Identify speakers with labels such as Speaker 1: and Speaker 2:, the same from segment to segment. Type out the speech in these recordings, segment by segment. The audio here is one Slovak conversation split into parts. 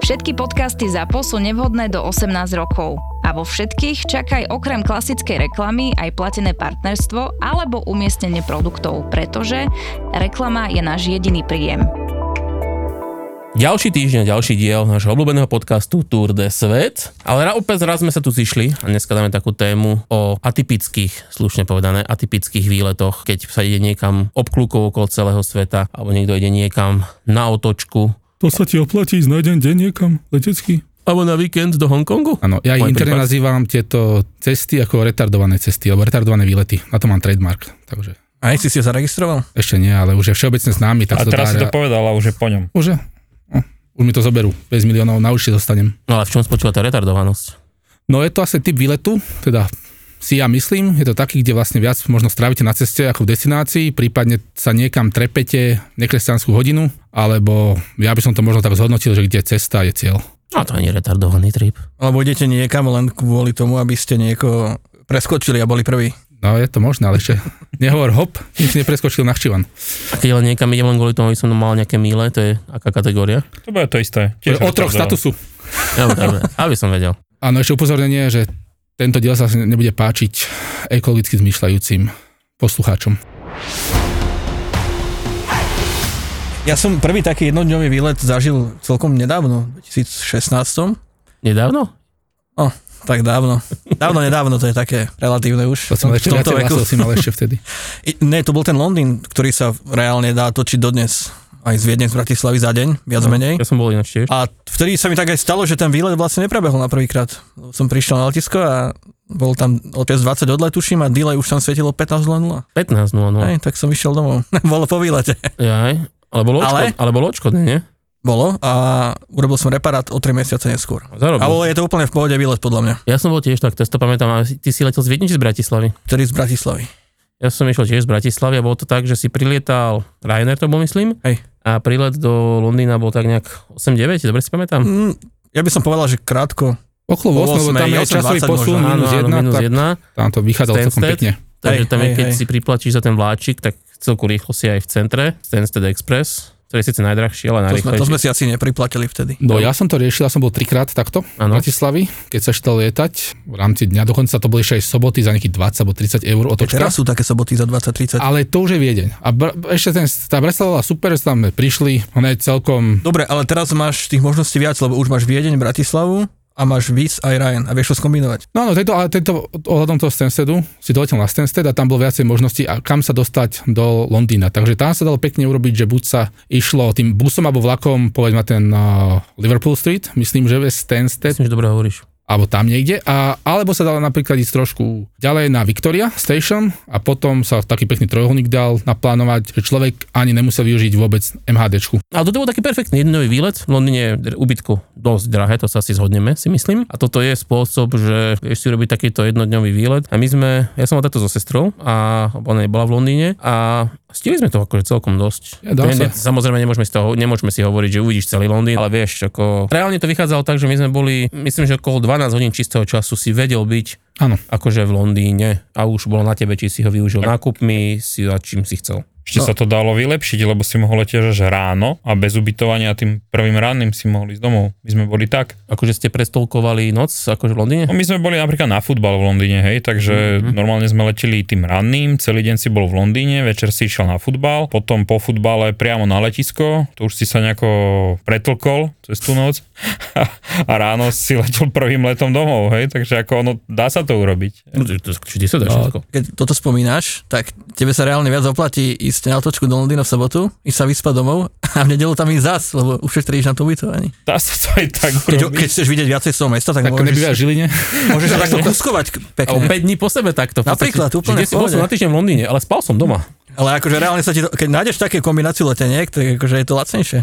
Speaker 1: Všetky podcasty ZAPO sú nevhodné do 18 rokov. A vo všetkých čakaj okrem klasickej reklamy aj platené partnerstvo alebo umiestnenie produktov, pretože reklama je náš jediný príjem.
Speaker 2: Ďalší týždeň, ďalší diel nášho obľúbeného podcastu Tour de Svet. Ale ra- opäť raz sme sa tu zišli a dneska dáme takú tému o atypických, slušne povedané, atypických výletoch, keď sa ide niekam obklúkov okolo celého sveta alebo niekto ide niekam na otočku.
Speaker 3: To sa ti oplatí ísť na jeden deň niekam letecký?
Speaker 2: Alebo na víkend do Hongkongu?
Speaker 4: Áno, ja ich
Speaker 2: Môj
Speaker 4: interne
Speaker 2: prípad.
Speaker 4: nazývam tieto cesty ako retardované cesty, alebo retardované výlety. Na to mám trademark, takže
Speaker 5: A si si ho zaregistroval?
Speaker 4: ešte nie, ale už je všeobecne známy,
Speaker 6: A
Speaker 4: tak sa to
Speaker 6: teraz si
Speaker 4: dá...
Speaker 6: to povedal a už je po ňom.
Speaker 4: Bože, no, už mi to zoberú, 5 miliónov, na určite zostanem.
Speaker 2: No ale v čom spočíva tá retardovanosť?
Speaker 4: No je to asi typ výletu, teda si ja myslím, je to taký, kde vlastne viac možno strávite na ceste ako v destinácii, prípadne sa niekam trepete nekresťanskú hodinu, alebo ja by som to možno tak zhodnotil, že kde cesta je cieľ.
Speaker 2: No to nie je retardovaný trip.
Speaker 5: Alebo idete niekam len kvôli tomu, aby ste niekoho preskočili a boli prví.
Speaker 4: No je to možné, ale ešte nehovor hop, nič nepreskočil na chčivan.
Speaker 2: A keď len niekam idem len kvôli tomu, aby som mal nejaké míle, to je aká kategória?
Speaker 6: To bude to isté.
Speaker 4: To je
Speaker 6: Tiež
Speaker 4: otrok
Speaker 6: retardované.
Speaker 4: statusu.
Speaker 2: Dobre, dobre, aby som vedel.
Speaker 4: Áno, ešte upozornenie, že tento diel sa asi nebude páčiť ekologicky zmyšľajúcim poslucháčom.
Speaker 5: Ja som prvý taký jednodňový výlet zažil celkom nedávno, v 2016.
Speaker 2: Nedávno?
Speaker 5: Tak dávno. Dávno, nedávno, to je také relatívne
Speaker 4: To
Speaker 5: už.
Speaker 4: som
Speaker 5: No, v
Speaker 4: ešte
Speaker 5: tomto
Speaker 4: viacej
Speaker 5: veku.
Speaker 4: vlasov si mal ešte vtedy.
Speaker 5: I- Ne, to bol ten Londýn, ktorý sa reálne dá točiť dodnes. Aj z Viedne, z Bratislavy za deň, viac
Speaker 4: No,
Speaker 5: menej.
Speaker 2: Ja som bol ináč tiež.
Speaker 5: A vtedy sa mi tak aj stalo, že ten výlet vlastne neprebehol na prvýkrát. Som prišiel na letisko a bol tam odpies 20 odlet, tuším, a delay už tam svietilo 15.00.
Speaker 2: 15.00.
Speaker 4: No.
Speaker 5: Hej, tak som išiel domov. Bolo po výlete.
Speaker 2: Jaj. Ale bolo,
Speaker 5: Ale-
Speaker 2: ale? ale bolo odškodné, nie?
Speaker 5: Bolo a urobil som reparát o 3 mesiace neskôr.
Speaker 2: Zarobil.
Speaker 5: A bolo, je to úplne v pohode výlet podľa mňa,
Speaker 2: Ja som bol tiež tak, to si to pamätám, ale ty si letel z Viedne či z Bratislavy.
Speaker 5: ktorý z Bratislavy.
Speaker 2: Ja som išiel tiež z Bratislavy a bolo to tak, že si prilietal, Ryanair to bol myslím,
Speaker 5: Hej.
Speaker 2: a prílet do Londýna bol tak nejak 8-9, dobre si pamätám?
Speaker 5: Mm, ja by som povedal, že krátko.
Speaker 4: Okolo 8, lebo
Speaker 5: Osme,
Speaker 4: tam je
Speaker 5: 8,
Speaker 4: časový
Speaker 5: 20
Speaker 4: posun
Speaker 5: možno.
Speaker 4: minus 1,
Speaker 2: minus
Speaker 4: tak
Speaker 2: jedna.
Speaker 4: tam to vychádzalo celkom
Speaker 2: Stansted.
Speaker 4: pekne.
Speaker 2: Takže
Speaker 5: Hej,
Speaker 2: tam je,
Speaker 5: hej,
Speaker 2: keď
Speaker 5: hej.
Speaker 2: si priplatíš za ten vláčik, tak celku rýchlo si aj v centre, Stansted Express, ktorý je síce najdrahší, ale
Speaker 5: To sme, to sme
Speaker 2: najrýchlejší.
Speaker 5: si asi nepriplatili vtedy.
Speaker 4: No ja som to riešil, ja som bol trikrát takto v
Speaker 2: Áno.
Speaker 4: Bratislavi, keď sa štal lietať v rámci dňa, dokonca to boli ešte aj soboty za nejakých 20 alebo 30 eur
Speaker 5: Počka?
Speaker 4: otočka.
Speaker 5: Teraz sú také soboty za 20-30.
Speaker 4: Ale to už je Viedeň. A br- ešte ten, tá Bratislava super, že tam prišli, ona je celkom...
Speaker 5: Dobre, ale teraz máš tých možností viac, lebo už máš Viedeň, Bratislavu a máš Viz aj Ryan a vieš to skombinovať.
Speaker 4: No áno, tento, ale tento, ohľadom toho Stanstedu, si doletel na Stansted a tam bolo viacej možností, a kam sa dostať do Londýna. Takže tam sa dalo pekne urobiť, že buď sa išlo tým busom alebo vlakom, povedzme na ten uh, Liverpool Street, myslím, že je Stansted,
Speaker 2: Myslím, že dobre hovoríš.
Speaker 4: alebo tam niekde, a, alebo sa dala napríklad ísť trošku ďalej na Victoria Station a potom sa taký pekný trojuholník dal naplánovať, že človek ani nemusel využiť vôbec MHDčku.
Speaker 2: Ale toto bol taký perfektný jednodňový výlet. V Londýne je dr- ubytko dosť drahé, to sa asi zhodneme, si myslím. A toto je spôsob, že vieš si urobiť takýto jednodňový výlet. A my sme, ja som mal takto so sestrou a ona bola v Londýne a stihli sme to akože celkom dosť.
Speaker 4: Ja, dá
Speaker 2: ne, ne,
Speaker 4: sa.
Speaker 2: samozrejme nemôžeme, z toho, nemôžeme si hovoriť, že uvidíš celý Londýn, ale vieš, ako reálne to vychádzalo tak, že my sme boli, myslím, že okolo 12 hodín čistého času si vedel byť
Speaker 4: Áno.
Speaker 2: akože v Londýne a už bolo na tebe, či si ho využil nákupmi, si a čím si chcel.
Speaker 6: Ešte sa to dalo vylepšiť, lebo si mohol letieť až ráno a bez ubytovania tým prvým ranným si mohli ísť domov. My sme boli tak.
Speaker 2: Akože ste prestolkovali noc akože v Londýne?
Speaker 6: No my sme boli napríklad na futbal v Londýne, hej, takže mm-hmm. normálne sme leteli tým ranným, celý deň si bol v Londýne, večer si išiel na futbal, potom po futbale priamo na letisko, to už si sa nejako pretlkol cez tú noc a ráno si letel prvým letom domov, hej, takže ako ono, dá sa to urobiť.
Speaker 2: No, to- to- Či sa dá všetko?
Speaker 5: Keď toto spomínaš, tak tebe sa reálne viac oplatí ísť na otočku do Londýna v sobotu, ísť sa vyspať domov a v nedelu tam ísť zas, lebo ušetríš na to ubytovanie.
Speaker 6: Dá sa to aj tak
Speaker 5: Keď,
Speaker 6: urobiť.
Speaker 5: keď chceš vidieť viacej svojho mesta, tak,
Speaker 4: Tak keby v
Speaker 5: môžeš,
Speaker 4: Žiline.
Speaker 5: môžeš sa takto kuskovať k-
Speaker 2: Alebo
Speaker 5: pekne.
Speaker 2: 5 dní po sebe takto. v podstate.
Speaker 5: Napríklad,
Speaker 2: Že
Speaker 5: úplne
Speaker 2: kde
Speaker 5: v
Speaker 2: si bol
Speaker 5: pohode.
Speaker 2: som na týždeň v Londýne, ale spal som doma.
Speaker 5: Ale akože reálne sa ti to, keď nájdeš také kombináciu leteniek, tak akože je to lacnejšie.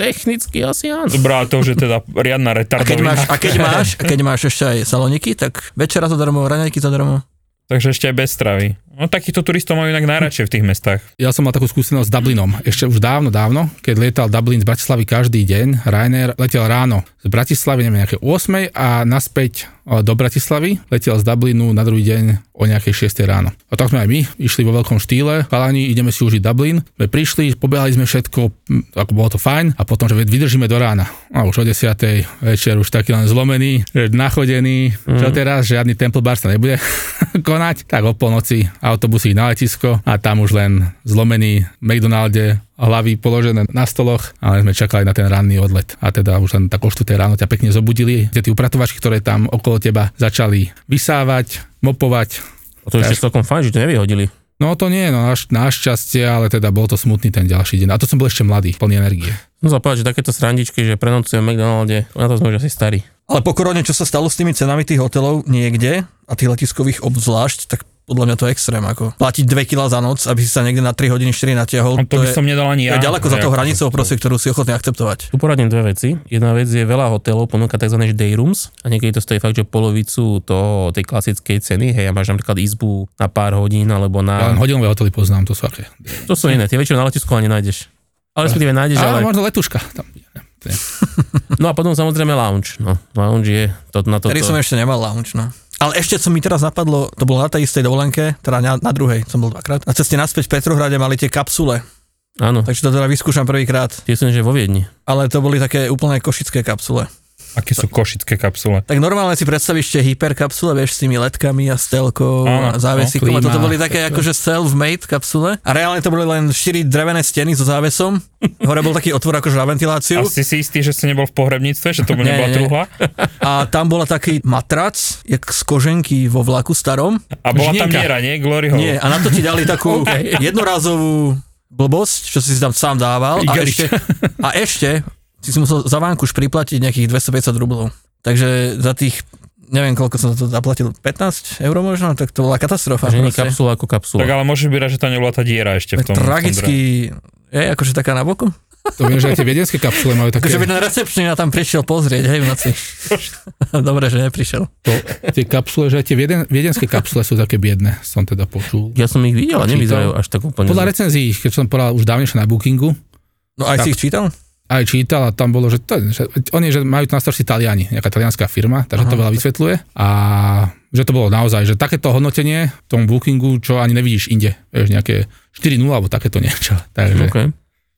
Speaker 2: Technicky asi áno.
Speaker 6: Dobrá, to už je teda riadna
Speaker 5: A keď,
Speaker 6: retardovina.
Speaker 5: máš, a, keď máš, a keď máš ešte aj saloniky, tak večera zadarmo, raňajky zadarmo.
Speaker 6: Takže ešte aj bez stravy. No takýchto turistov majú inak najradšej v tých mestách.
Speaker 4: Ja som mal takú skúsenosť s Dublinom, ešte už dávno, dávno, keď lietal Dublin z Bratislavy každý deň. Ryanair letel ráno z Bratislavy, neviem, nejaké 8 a naspäť e, do Bratislavy, letel z Dublinu na druhý deň o nejakej 6 ráno. A tak sme aj my, išli vo veľkom štýle, chalani, ideme si užiť Dublin. My prišli, pobehali sme všetko, m, ako bolo to fajn, a potom, že vydržíme do rána. A už o 10. večer už taký len zlomený, že nachodený, čo teraz, žiadny Temple Bar sa nebude konať, tak o polnoci autobusík na letisko a tam už len zlomený McDonalde hlavy položené na stoloch, ale sme čakali na ten ranný odlet. A teda už len tak o 4 ráno ťa pekne zobudili, kde tí upratovačky, ktoré tam okolo teba začali vysávať, mopovať.
Speaker 2: To je ešte celkom fajn, že to nevyhodili.
Speaker 4: No to nie, no naš, našťastie, ale teda bol to smutný ten ďalší deň. A to som bol ešte mladý, plný energie.
Speaker 2: No sa povedať, že takéto srandičky, že prenocujem v McDonalde, na to sme už asi starí.
Speaker 5: Ale po korone, čo sa stalo s tými cenami tých hotelov niekde a tých letiskových obzvlášť, tak podľa mňa to je extrém. Ako. Platiť 2 kg za noc, aby si sa niekde na 3 hodiny 4 natiahol,
Speaker 6: No, to, by
Speaker 5: to, je,
Speaker 6: som nedal ani ja.
Speaker 5: to je ďaleko za
Speaker 6: Ja,
Speaker 5: tou
Speaker 6: to-
Speaker 5: hranicou,
Speaker 6: to-
Speaker 5: proste, ktorú si ochotný akceptovať.
Speaker 2: Tu poradím dve veci. Jedna vec je, veľa hotelov ponúka tzv. že day rooms a niekedy to stojí fakt, že polovicu toho, tej klasickej ceny. Hej, a máš napríklad izbu na pár hodín alebo na...
Speaker 4: Ja len hodinové hotely poznám, to sú aké.
Speaker 2: To sú iné, tie väčšinou na letisku ani nájdeš. Ale respektíve nájdeš, ale...
Speaker 4: Ale možno letuška. Tam.
Speaker 2: No a potom samozrejme lounge. No, lounge je to, na to.
Speaker 5: Ktorý som ešte nemal lounge, no. Ale ešte, co mi teraz napadlo, to bolo na tej istej dovolenke, teda na, na druhej som bol dvakrát. A ceste naspäť v Petrohrade mali tie kapsule,
Speaker 2: Áno,
Speaker 5: takže to teda vyskúšam prvýkrát.
Speaker 2: tie sú že vo Viedni.
Speaker 5: Ale to boli také úplne košické kapsule.
Speaker 6: Aké sú košické kapsule.
Speaker 5: Tak normálne si predstavíš tie hyperkapsule, vieš, s tými letkami a stelkou
Speaker 6: Áno,
Speaker 5: a závesikom.
Speaker 4: no,
Speaker 5: a
Speaker 4: klíma,
Speaker 5: toto boli také akože self-made kapsule. A reálne to boli len 4 drevené steny so závesom. Hore bol taký otvor akože na
Speaker 6: A
Speaker 5: ventiláciu.
Speaker 6: si si istý, že si nebol v pohrebníctve, že to
Speaker 5: Nie,
Speaker 6: nebola
Speaker 5: nie.
Speaker 6: truhla?
Speaker 5: A tam bola taký matrac, jak z koženky vo vlaku starom.
Speaker 6: A bola tam
Speaker 4: Žnienka.
Speaker 6: miera, nie? Glory hole.
Speaker 5: Nie, a na to ti dali takú jednorázovú blbosť, čo si si tam sám dával. A
Speaker 4: Igelič.
Speaker 5: ešte, a ešte si si musel za vánkuš priplatiť nejakých 250 rublov. Takže za tých neviem koľko som za to zaplatil, 15 eur možno, tak to bola katastrofa.
Speaker 2: Že nie
Speaker 5: proste.
Speaker 2: kapsula ako kapsula.
Speaker 6: Tak ale môžeš vyrať, že tam nebola tá diera ešte v tom. v tom dre-
Speaker 5: Tragicky, je akože taká na boku.
Speaker 4: To viem, že aj tie viedenské kapsule majú také...
Speaker 5: Takže by ten recepčný na tam prišiel pozrieť, hej, v noci. Dobre, že neprišiel.
Speaker 4: To, tie kapsule, že aj tie vieden, viedenské kapsule sú také biedne, som teda počul.
Speaker 2: Ja som ich videl, ale
Speaker 4: Čítal.
Speaker 2: nevyzerajú až tak úplne.
Speaker 4: Podľa
Speaker 2: zle.
Speaker 4: recenzií, keď som povedal už dávnejšie na Bookingu,
Speaker 5: No aj
Speaker 4: Tak.
Speaker 5: si ich čítal?
Speaker 4: aj čítal a tam bolo, že, to, že oni že majú na starosti Taliani, nejaká talianská firma, takže Aha, to veľa vysvetľuje. A že to bolo naozaj, že takéto hodnotenie v tom Bookingu, čo ani nevidíš inde, vieš, nejaké 4.0 alebo takéto niečo. Takže
Speaker 2: Okay.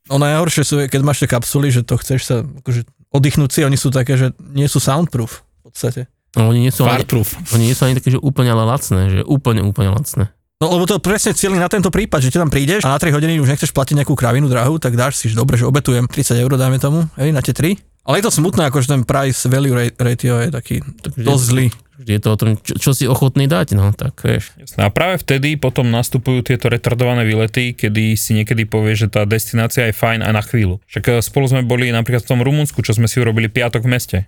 Speaker 5: No najhoršie sú, keď máš tie kapsuly, že to chceš sa akože oddychnúť si, oni sú také, že nie sú soundproof v podstate.
Speaker 2: No, oni nie sú ani,
Speaker 4: Farproof.
Speaker 2: oni nie sú ani také, že úplne ale lacné, že úplne, úplne lacné.
Speaker 5: No lebo to presne cieľi na tento prípad, že ti tam prídeš a na 3 hodiny už nechceš platiť nejakú kravinu drahu, tak dáš si, že dobre, že obetujem 30 eur, dáme tomu, hej, na tie 3. Ale je to smutné, akože ten price value ra- ratio je taký dosť zlý.
Speaker 2: Vždy je to o tom, čo, čo si ochotný dať, no tak vieš.
Speaker 6: Jasné. A práve vtedy potom nastupujú tieto retardované výlety, kedy si niekedy povie, že tá destinácia je fajn aj na chvíľu. Však e, spolu sme boli napríklad v tom Rumunsku, čo sme si urobili piatok v meste.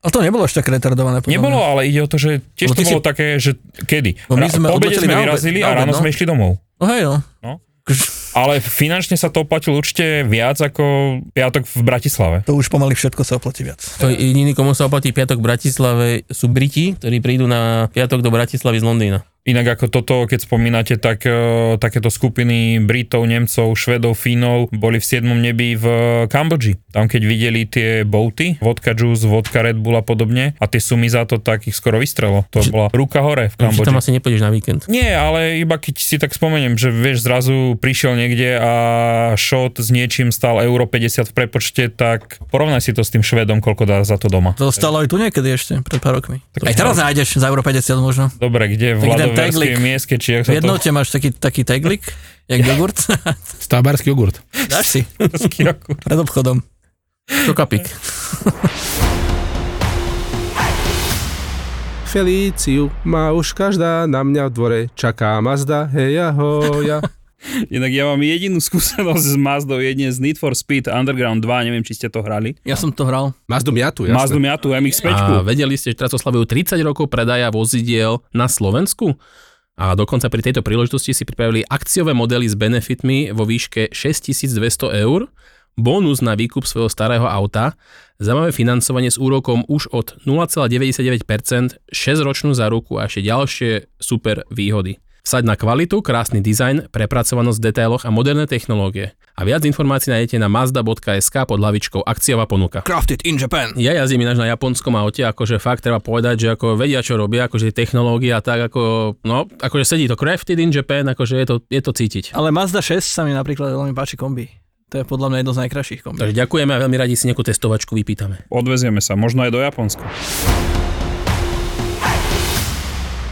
Speaker 5: Ale to nebolo až tak retardované. podľa
Speaker 6: Nebolo,
Speaker 5: mňa.
Speaker 6: ale ide o to, že tiež
Speaker 5: Lebo
Speaker 6: to
Speaker 5: ty si-
Speaker 6: bolo také, že kedy?
Speaker 5: Bo my
Speaker 6: Ra-
Speaker 5: sme
Speaker 6: po obede
Speaker 5: odleteli
Speaker 6: sme
Speaker 5: na obed-
Speaker 6: vyrazili
Speaker 5: na
Speaker 6: a
Speaker 5: obed,
Speaker 6: ráno
Speaker 5: no.
Speaker 6: sme išli domov.
Speaker 5: No hej, no.
Speaker 6: No.
Speaker 5: Akože-
Speaker 6: Ale finančne sa to oplatilo určite viac ako piatok v Bratislave.
Speaker 5: To už pomaly všetko sa oplatí viac.
Speaker 2: To je jediný, komu sa oplatí piatok v Bratislave, sú Briti, ktorí prídu na piatok do Bratislavy z Londýna.
Speaker 6: Inak ako toto, keď spomínate, tak e, takéto skupiny Britov, Nemcov, Švedov, Fínov boli v 7. nebi v e, Kambodži. Tam keď videli tie boaty, vodka juice, vodka Red Bull a podobne, a tie sumy za to tak ich skoro vystrelo. To bola ruka hore v
Speaker 2: Čiže
Speaker 6: Kambodži.
Speaker 2: tam asi nepôjdeš na víkend.
Speaker 6: Nie, ale iba keď si tak spomeniem, že vieš, zrazu prišiel niekde a shot s niečím stal euro 50 v prepočte, tak porovnaj si to s tým Švedom, koľko dá za to doma.
Speaker 5: To stalo aj tu niekedy ešte, pred pár rokmi.
Speaker 6: Tak
Speaker 5: aj
Speaker 6: to-
Speaker 5: teraz nájdeš za euro 50 možno.
Speaker 6: Dobre, kde v
Speaker 5: Tak ten
Speaker 6: Vladoverskej
Speaker 5: teglik.
Speaker 6: mieske, či jak
Speaker 5: V
Speaker 6: sa to...
Speaker 5: jednote máš taký, taký teglik, jak jogurt.
Speaker 4: Stábarský jogurt.
Speaker 5: Dáš si
Speaker 6: Skioku.
Speaker 5: pred obchodom.
Speaker 2: Čokapik.
Speaker 7: Felíciu má už každá, na mňa v dvore čaká Mazda, hej ahoja.
Speaker 8: Inak ja mám jedinú skúsenosť s Mazdou, jedine z Need for Speed Underground 2, neviem, či ste to hrali.
Speaker 5: Ja som to hral.
Speaker 7: Mazdu miatu, jasné.
Speaker 8: Mazdu Miatu MX-5.
Speaker 9: A vedeli ste, že teraz oslavujú 30 rokov predaja vozidiel na Slovensku? A dokonca pri tejto príležitosti si pripravili akciové modely s benefitmi vo výške 6200 eur. bonus na výkup svojho starého auta, zaujímavé financovanie s úrokom už od 0,99%, 6-ročnú záruku a ešte ďalšie super výhody. Saď na kvalitu, krásny dizajn, prepracovanosť v detailoch a moderné technológie. A viac informácií nájdete na mazda.sk pod hlavičkou akciová ponuka.
Speaker 5: Crafted in Japan.
Speaker 9: Ja jazdím ináč na japonskom aute, akože fakt treba povedať, že ako vedia, čo robia, akože technológia a tak, ako, no, akože sedí to crafted in Japan, akože je to, je to cítiť.
Speaker 5: Ale Mazda 6 sa mi napríklad veľmi páči kombi. To je podľa mňa jedno z najkrajších kombi.
Speaker 9: Takže ďakujeme a veľmi radi si nejakú testovačku vypýtame.
Speaker 8: Odvezieme sa, možno aj do Japonska.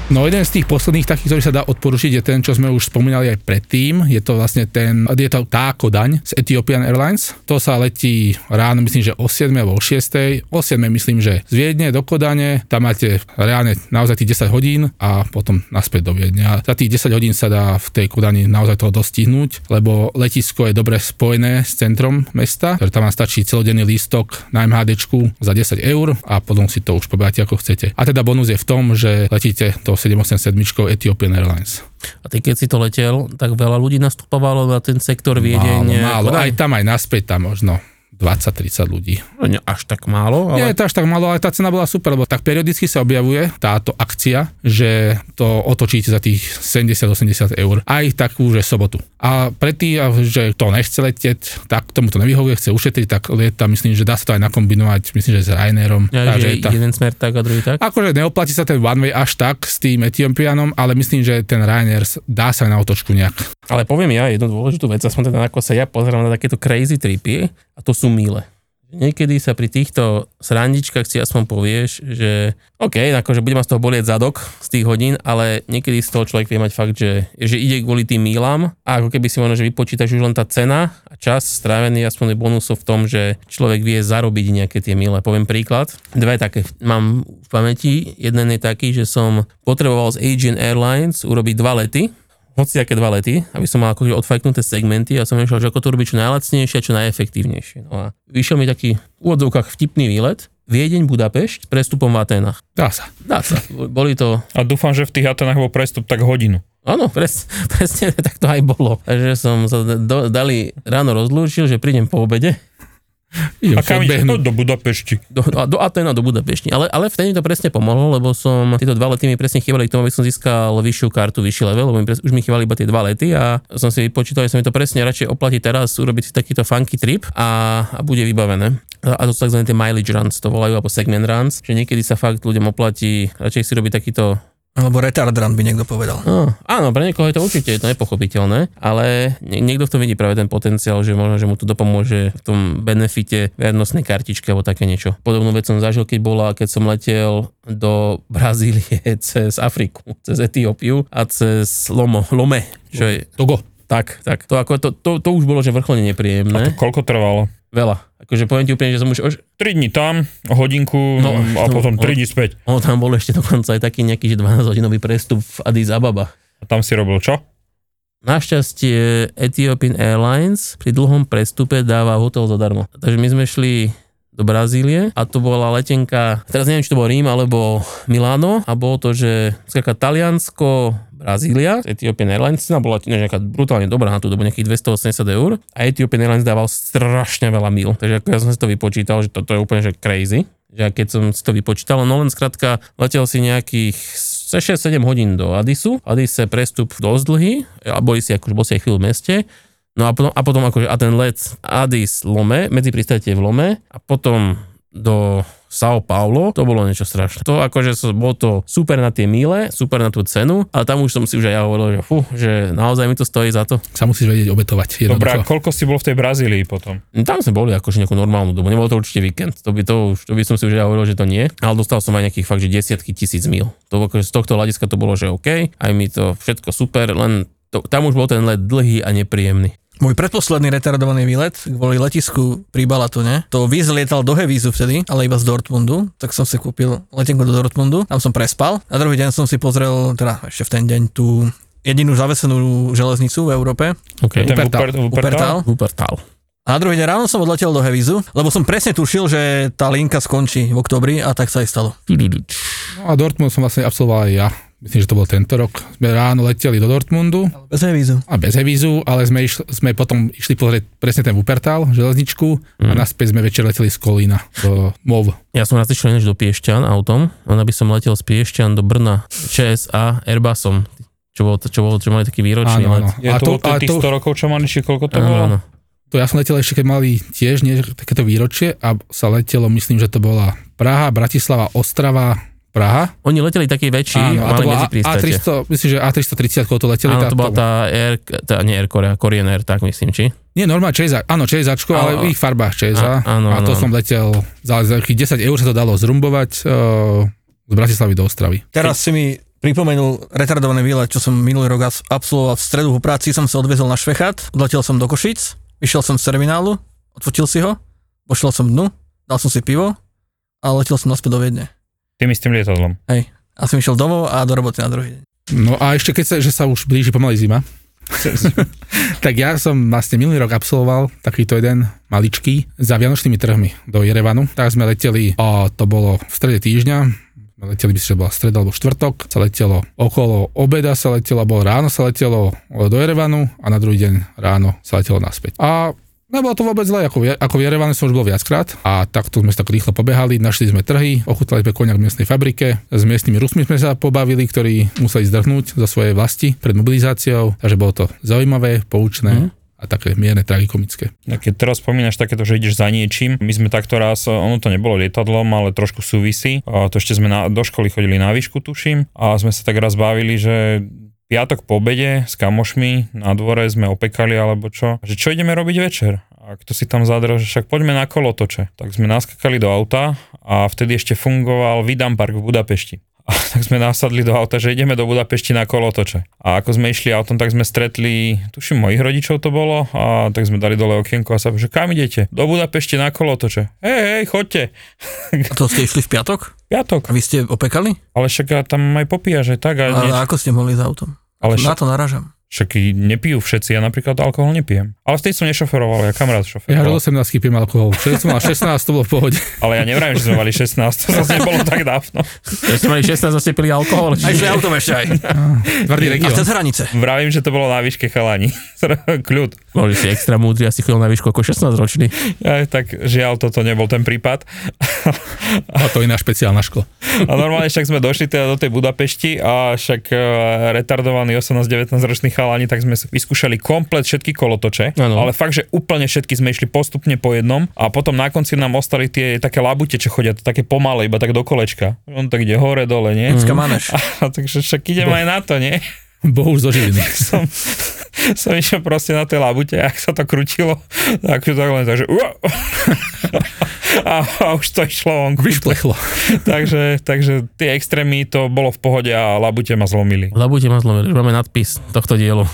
Speaker 4: No jeden z tých posledných takých, ktorý sa dá odporučiť, je ten, čo sme už spomínali aj predtým. Je to vlastne ten, je to tá kodaň z Ethiopian Airlines. To sa letí ráno, myslím, že o 7 alebo o 6. O 7 myslím, že z Viedne do Kodane. Tam máte reálne naozaj tých 10 hodín a potom naspäť do Viedne. A za tých 10 hodín sa dá v tej Kodani naozaj toho dostihnúť, lebo letisko je dobre spojené s centrom mesta, takže tam vám stačí celodenný lístok na MHD za 10 eur a potom si to už pobeháte ako chcete. A teda bonus je v tom, že letíte to 787 Ethiopian Airlines.
Speaker 2: A ty keď si to letel, tak veľa ľudí nastupovalo na ten sektor Viedeň.
Speaker 4: málo, málo.
Speaker 2: Kodaň.
Speaker 4: aj tam, aj naspäť tam možno 20-30 ľudí.
Speaker 2: No, až tak málo,
Speaker 4: Ale... Nie,
Speaker 2: ale...
Speaker 4: je to až tak malo, ale tá cena bola super, lebo tak periodicky sa objavuje táto akcia, že to otočíte za tých 70-80 eur, aj takú, že sobotu. A pre tých, že to nechce letieť, tak tomu to nevyhovuje, chce ušetriť, tak lieta, myslím, že dá sa to aj nakombinovať, myslím, že s Ryanairom.
Speaker 2: Ja,
Speaker 4: Takže
Speaker 2: že
Speaker 4: je tá-
Speaker 2: jeden smer tak a druhý tak.
Speaker 4: Akože neoplatí sa ten one way až tak s tým Etiopianom, ale myslím, že ten Ryanair dá sa na otočku nejak.
Speaker 2: Ale poviem ja jednu dôležitú vec, aspoň teda ako sa ja pozerám na takéto crazy tripy, a to sú míle. Niekedy sa pri týchto srandičkách si aspoň povieš, že OK, akože bude ma z toho bolieť zadok z tých hodín, ale niekedy z toho človek vie mať fakt, že, že ide kvôli tým mílam a ako keby si možno, že vypočítaš už len tá cena a čas strávený aspoň je bonusov v tom, že človek vie zarobiť nejaké tie míle. Poviem príklad. Dve také mám v pamäti. Jeden je taký, že som potreboval z Asian Airlines urobiť dva lety hoci aké dva lety, aby som mal akože odfajknuté segmenty a som išiel, že ako to robiť čo najlacnejšie a čo najefektívnejšie. No a vyšiel mi taký v úvodzovkách vtipný výlet, Viedeň, Budapešť, s prestupom v Atenách.
Speaker 4: Dá sa.
Speaker 2: Dá sa. Boli to
Speaker 6: A dúfam, že v tých Atenách bol prestup tak hodinu.
Speaker 2: Áno, pres, presne tak to aj bolo. Takže som sa do, dali, ráno rozlúčil, že prídem po obede
Speaker 4: Idem
Speaker 6: A kam
Speaker 4: sa
Speaker 6: ideš?
Speaker 4: odbehnúť.
Speaker 6: No, do Budapešti.
Speaker 2: do, do Atena, do Budapešti. Ale, ale vtedy mi to presne pomohlo, lebo som tieto dva lety mi presne chýbali k tomu, aby som získal vyššiu kartu, vyšší level, lebo mi pres, už mi chýbali iba tie dva lety a som si vypočítal, že sa mi to presne radšej oplatí teraz, urobiť si takýto funky trip a, a bude vybavené. A a to sú tzv. tie mileage runs, to volajú, alebo segment runs, že niekedy sa fakt ľuďom oplatí radšej si robiť takýto
Speaker 5: Alebo retardrant by niekto povedal.
Speaker 2: No, áno, pre niekoho je to určite je to nepochopiteľné, ale nie- niekto v tom vidí práve ten potenciál, že možno, že mu to dopomôže v tom benefite vernostnej kartičky alebo také niečo. Podobnú vec som zažil, keď bola, keď som letel do Brazílie cez Afriku, cez Etiópiu a cez Lomo, Lome, čo je
Speaker 4: Togo.
Speaker 2: tak, tak. To, ako, to, to, to už bolo, že vrcholne
Speaker 6: A to
Speaker 2: nepríjemné.
Speaker 6: koľko trvalo?
Speaker 2: Veľa. Akože poviem ti úplne, že som už, už
Speaker 6: 3 dní tam, hodinku
Speaker 2: No,
Speaker 6: no,
Speaker 2: no,
Speaker 6: a potom
Speaker 2: no.
Speaker 6: 3 dní späť.
Speaker 2: ono tam bol ešte dokonca aj taký nejaký, že 12-hodinový prestup v Addis Ababa.
Speaker 6: A tam si robil čo?
Speaker 2: Našťastie Ethiopian Airlines pri dlhom prestupe dáva hotel zadarmo. Takže my sme šli do Brazílie a to bola letenka, teraz neviem, či to bol Rím alebo Miláno a bolo to, že skáka Taliansko, Brazília, Ethiopian Airlines, cena bola tiež nejaká brutálne dobrá na tú dobu, nejakých 280 eur a Ethiopian Airlines dával strašne veľa mil, takže ako ja som si to vypočítal, že toto je úplne že crazy, že ja keď som si to vypočítal, no len skrátka letel si nejakých 6-7 hodín do Adisu. V Adise prestup dosť dlhý, a boli si, akože bol si aj chvíľu v meste. No a potom, a potom akože, a ten let Adis Lome, medzi pristátie v Lome a potom do São Paulo, to bolo niečo strašné. To akože so, bolo to super na tie míle, super na tú cenu, ale tam už som si už aj ja hovoril, že fú, že naozaj mi to stojí za to.
Speaker 4: Sa musíš vedieť obetovať.
Speaker 6: Dobre, a
Speaker 4: Jednoducho.
Speaker 6: koľko si bol v tej Brazílii potom?
Speaker 2: Tam sme boli akože nejakú normálnu dobu, nebolo to určite víkend, to by, to, už, to by som si už aj hovoril, že to nie, ale dostal som aj nejakých fakt, že desiatky tisíc mil. To bolo akože z tohto hľadiska to bolo, že OK, aj mi to všetko super, len to, tam už bol ten let dlhý a nepríjemný.
Speaker 5: Môj predposledný retardovaný výlet kvôli letisku pri Balatone, to Viz lietal do Hevízu vtedy, ale iba z Dortmundu, tak som si kúpil letenku do Dortmundu, tam som prespal. A druhý deň som si pozrel, teda ešte v ten deň, tú jedinú zavesenú železnicu v Európe,
Speaker 2: OK.
Speaker 6: Ten
Speaker 4: Wuppertal.
Speaker 6: Wupper- Wuppertal?
Speaker 5: Wuppertal.
Speaker 2: Wuppertal.
Speaker 5: A na druhý deň ráno som odletel do Hevízu, lebo som presne tušil, že tá linka skončí v oktobri a tak sa aj stalo.
Speaker 4: No a Dortmund som vlastne absolvoval aj ja. myslím, že to bol tento rok, sme ráno leteli do Dortmundu
Speaker 5: Bez revízu.
Speaker 4: a bez revízu, ale sme, išli, sme potom išli pozrieť presne ten Wuppertal, železničku
Speaker 2: Mhm.
Speaker 4: a naspäť sme večer leteli z Kolína do MOV.
Speaker 2: Ja som raz išiel ináč do Piešťan autom, len aby som letel z Piešťan do Brna ČSA Airbusom, čo bolo, čo, bolo, čo mali taký výročný
Speaker 4: Áno,
Speaker 2: let.
Speaker 4: áno.
Speaker 6: Je
Speaker 4: A
Speaker 6: to,
Speaker 4: to,
Speaker 6: to,
Speaker 4: a
Speaker 6: tých
Speaker 4: to,
Speaker 6: 100 rokov, čo mali, či koľko to
Speaker 2: Áno,
Speaker 6: bolo?
Speaker 2: áno.
Speaker 4: to ja som letel ešte, keď mali tiež nie, takéto výročie a sa letelo, myslím, že to bola Praha, Bratislava, Ostrava, Praha.
Speaker 2: Oni leteli taký väčší
Speaker 4: Áno,
Speaker 2: a
Speaker 4: a to
Speaker 2: mali
Speaker 4: bola
Speaker 2: medzi
Speaker 4: A- A300, myslím, že A330 to leteli.
Speaker 2: Áno,
Speaker 4: tá-
Speaker 2: to bola tá Air, tá, nie Air Korea, Korean Air, tak myslím, či?
Speaker 4: Nie, normálne Čejza, áno, Čejzačko, ale
Speaker 2: Áno.
Speaker 4: v ich farbách Čejza.
Speaker 2: A- áno,
Speaker 4: a to
Speaker 2: áno,
Speaker 4: som letel, za za nejakých 10 eur sa to dalo zrumbovať eh, z Bratislavy do Ostravy.
Speaker 5: Teraz si mi pripomenul retardovaný výlet, čo som minulý rok abs- absolvoval v stredu po práci, som sa odvezol na Švechat, odletel som do Košic, vyšiel som z terminálu, odfotil si ho, pošiel som dnu, dal som si pivo a letel som naspäť do Viedne.
Speaker 6: Tým istým lietadlom.
Speaker 5: A som išiel domov a do roboty na druhý deň.
Speaker 4: No a ešte keď sa, že sa už blíži pomaly zima, tak ja som vlastne minulý rok absolvoval takýto jeden maličký za Vianočnými trhmi do Jerevanu. Tak sme leteli, a to bolo v strede týždňa, sme leteli by si, že bola streda alebo štvrtok, sa letelo okolo obeda, sa letelo, bolo ráno sa letelo e, do Jerevanu a na druhý deň ráno sa letelo naspäť. A Nebolo to vôbec zle, ako, v Je- ako v Jerevane som už bol viackrát a takto sme sa tak rýchlo pobehali, našli sme trhy, ochutnali sme koniak v miestnej fabrike, s miestnymi Rusmi sme sa pobavili, ktorí museli zdrhnúť zo svojej vlasti pred mobilizáciou, takže bolo to zaujímavé, poučné a také mierne tragikomické.
Speaker 6: No, Keď teraz spomínaš takéto, že ideš za niečím, my sme takto raz, e, ono to nebolo lietadlom, ale trošku súvisí, a to ešte sme na, do školy chodili na výšku, tuším, a sme sa tak raz bavili, že piatok po obede s kamošmi na dvore sme opekali alebo čo, že čo ideme robiť večer? A kto si tam zadrel, že však poďme na kolotoče. Tak sme naskakali do auta a vtedy ešte fungoval Vidam Park v Budapešti. A tak sme nasadli do auta, že ideme do Budapešti na kolotoče. A ako sme išli autom, tak sme stretli, tuším, mojich rodičov to bolo, a tak sme dali dole okienko a sa že kam idete? Do Budapešti na kolotoče. Hej, hej, chodte.
Speaker 5: A to ste išli v piatok? A
Speaker 6: Piatok.
Speaker 5: vy ste opekali?
Speaker 6: Ale však a tam aj popíja, že tak. A nie,
Speaker 5: A ako ste mohli s autom?
Speaker 6: ale
Speaker 5: Na
Speaker 6: však,
Speaker 5: to naražam.
Speaker 6: však i nepijú všetci, ja napríklad alkohol nepijem. Ale vtedy som nešoferoval, ja kamarát
Speaker 4: Ja
Speaker 6: šoferoval.
Speaker 4: do 18 pijem alkohol, Vtedy som mal 16, to bolo v pohode.
Speaker 6: Ale ja nevravím, že sme mali 16, to zase nebolo tak dávno.
Speaker 2: Ja ste mali 16 a ste pili alkohol.
Speaker 5: A
Speaker 2: Čiže...
Speaker 5: išli autom ešte aj.
Speaker 4: Tvrdý
Speaker 5: A
Speaker 4: región.
Speaker 5: cez hranice.
Speaker 6: Vravím, že to bolo na výške chalani. Kľud.
Speaker 2: Boli ste extra múdri, asi chodil na výšku ako 16 ročný.
Speaker 6: Aj, tak žiaľ, toto nebol ten prípad.
Speaker 4: A to iná špeciálna škola.
Speaker 6: A normálne však sme došli teda do tej Budapešti a však e, retardovaní 18-19 roční chalani, tak sme si vyskúšali komplet všetky kolotoče,
Speaker 2: Áno.
Speaker 6: ale fakt, že úplne všetky sme išli postupne po jednom a potom na konci nám ostali tie také labute, čo chodia, také pomale, iba tak do kolečka. On tak ide hore, dole, nie?
Speaker 5: Dneska maneš.
Speaker 6: A No, takže však idem aj na to, nie?
Speaker 4: Bohuž zo Žiliny.
Speaker 6: Som, som išiel proste na tej labute, ak sa to krutilo, tak to tak len takže a, a už to išlo vonku.
Speaker 4: Vyšplechlo.
Speaker 6: Takže, takže tie extrémy to bolo v pohode a labute ma zlomili.
Speaker 2: Labute ma zlomili, už máme nadpis tohto dielu.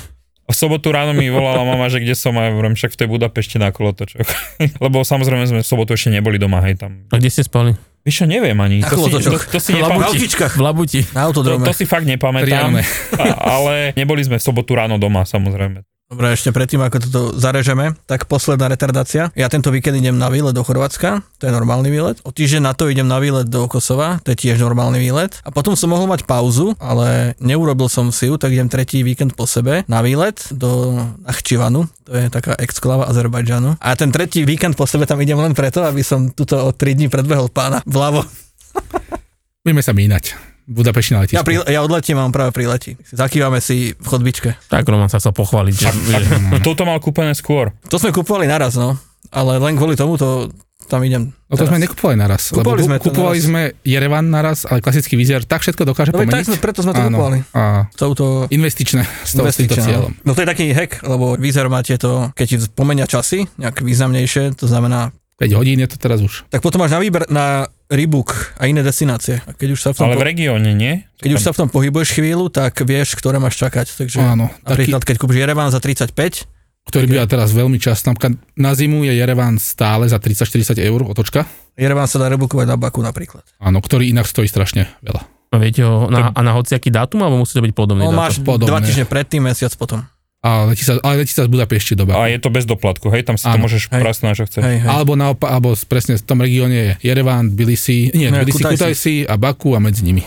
Speaker 6: V sobotu ráno mi volala mama, No že kde som aj vrem, však v tej Budapešti na kolotočoch. Lebo samozrejme sme v sobotu ešte neboli doma, hej tam.
Speaker 2: A kde ste spali?
Speaker 6: Vieš čo, neviem ani.
Speaker 5: Na
Speaker 6: To si, to,
Speaker 5: kolotočoch.
Speaker 6: to, si
Speaker 2: V
Speaker 6: nepam-
Speaker 2: labuti.
Speaker 5: Autičkách.
Speaker 2: V labuti.
Speaker 5: Na
Speaker 6: to,
Speaker 5: autodrome.
Speaker 6: to si fakt nepamätám,
Speaker 4: Trianone.
Speaker 6: a, ale neboli sme v sobotu ráno doma, samozrejme.
Speaker 5: Dobre, ešte predtým, ako toto zarežeme, tak posledná retardácia. Ja tento víkend idem na výlet do Chorvátska, to je normálny výlet. O týždeň na to idem na výlet do Kosova, to je tiež normálny výlet. A potom som mohol mať pauzu, ale neurobil som si ju, tak idem tretí víkend po sebe na výlet do Nachčivanu, to je taká exklava Azerbajdžanu. A ten tretí víkend po sebe tam idem len preto, aby som tuto o 3 dní predbehol pána vľavo.
Speaker 4: Budeme sa mínať. Budapešti na letisku.
Speaker 5: Ja, pri, ja odletím a on práve priletí. Zakývame si v chodbičke.
Speaker 2: Tak Roman sa chcel pochváliť, že, že
Speaker 6: No,
Speaker 4: no,
Speaker 6: Toto mal kúpené skôr.
Speaker 5: To sme kupovali naraz, no. Ale len kvôli tomu to tam idem.
Speaker 4: No to
Speaker 5: teraz.
Speaker 4: sme nekupovali naraz.
Speaker 5: Kupovali
Speaker 4: lebo
Speaker 5: sme to
Speaker 4: kupovali
Speaker 5: naraz.
Speaker 4: sme Jerevan naraz, ale klasický výzer tak všetko dokáže
Speaker 5: No veď tak
Speaker 4: pomeniť.
Speaker 5: sme, preto sme to
Speaker 4: Áno.
Speaker 5: kupovali.
Speaker 4: A
Speaker 5: Touto
Speaker 4: investičné s tou- s týmto
Speaker 5: investičnou.
Speaker 4: cieľom.
Speaker 5: No to je taký hack, lebo výzer má tieto, keď ti pomenia časy, nejak významnejšie, to znamená,
Speaker 4: 5 hodín je to teraz už.
Speaker 5: tak potom máš na výber na Rybuk a iné destinácie. A keď už sa v tom,
Speaker 6: Ale
Speaker 5: po,
Speaker 6: v regióne, nie?
Speaker 5: keď už sa v tom pohybuješ chvíľu, tak vieš, ktoré máš čakať. Takže
Speaker 4: Áno, taký,
Speaker 5: napríklad, keď kúpiš Jerevan za 35,
Speaker 4: ktorý býva teraz veľmi častý. Napríklad na zimu je Jerevan stále za 30-40 eur otočka.
Speaker 5: Jerevan sa dá rebukovať na Baku napríklad.
Speaker 4: Áno, ktorý inak stojí strašne veľa.
Speaker 2: A No viete ho na, a na hociaký dátum, alebo musí to byť podobný
Speaker 5: No
Speaker 2: dátum?
Speaker 5: máš
Speaker 4: podobné.
Speaker 5: dva týždne predtým, mesiac potom.
Speaker 4: A letí sa, ale letí sa z Budapešti do
Speaker 6: A
Speaker 4: Baku.
Speaker 6: je to bez doplatku, hej, tam si to
Speaker 4: Áno.
Speaker 6: môžeš
Speaker 5: Hej.
Speaker 6: prasnúť, čo chceš.
Speaker 5: Hej, hej.
Speaker 4: Alebo naopak, alebo presne v tom regióne je Jerevan, Bilisi, nie,
Speaker 5: Ne,
Speaker 4: Bilisi,
Speaker 5: Kutaisi.
Speaker 4: Kutaisi a Baku a medzi nimi.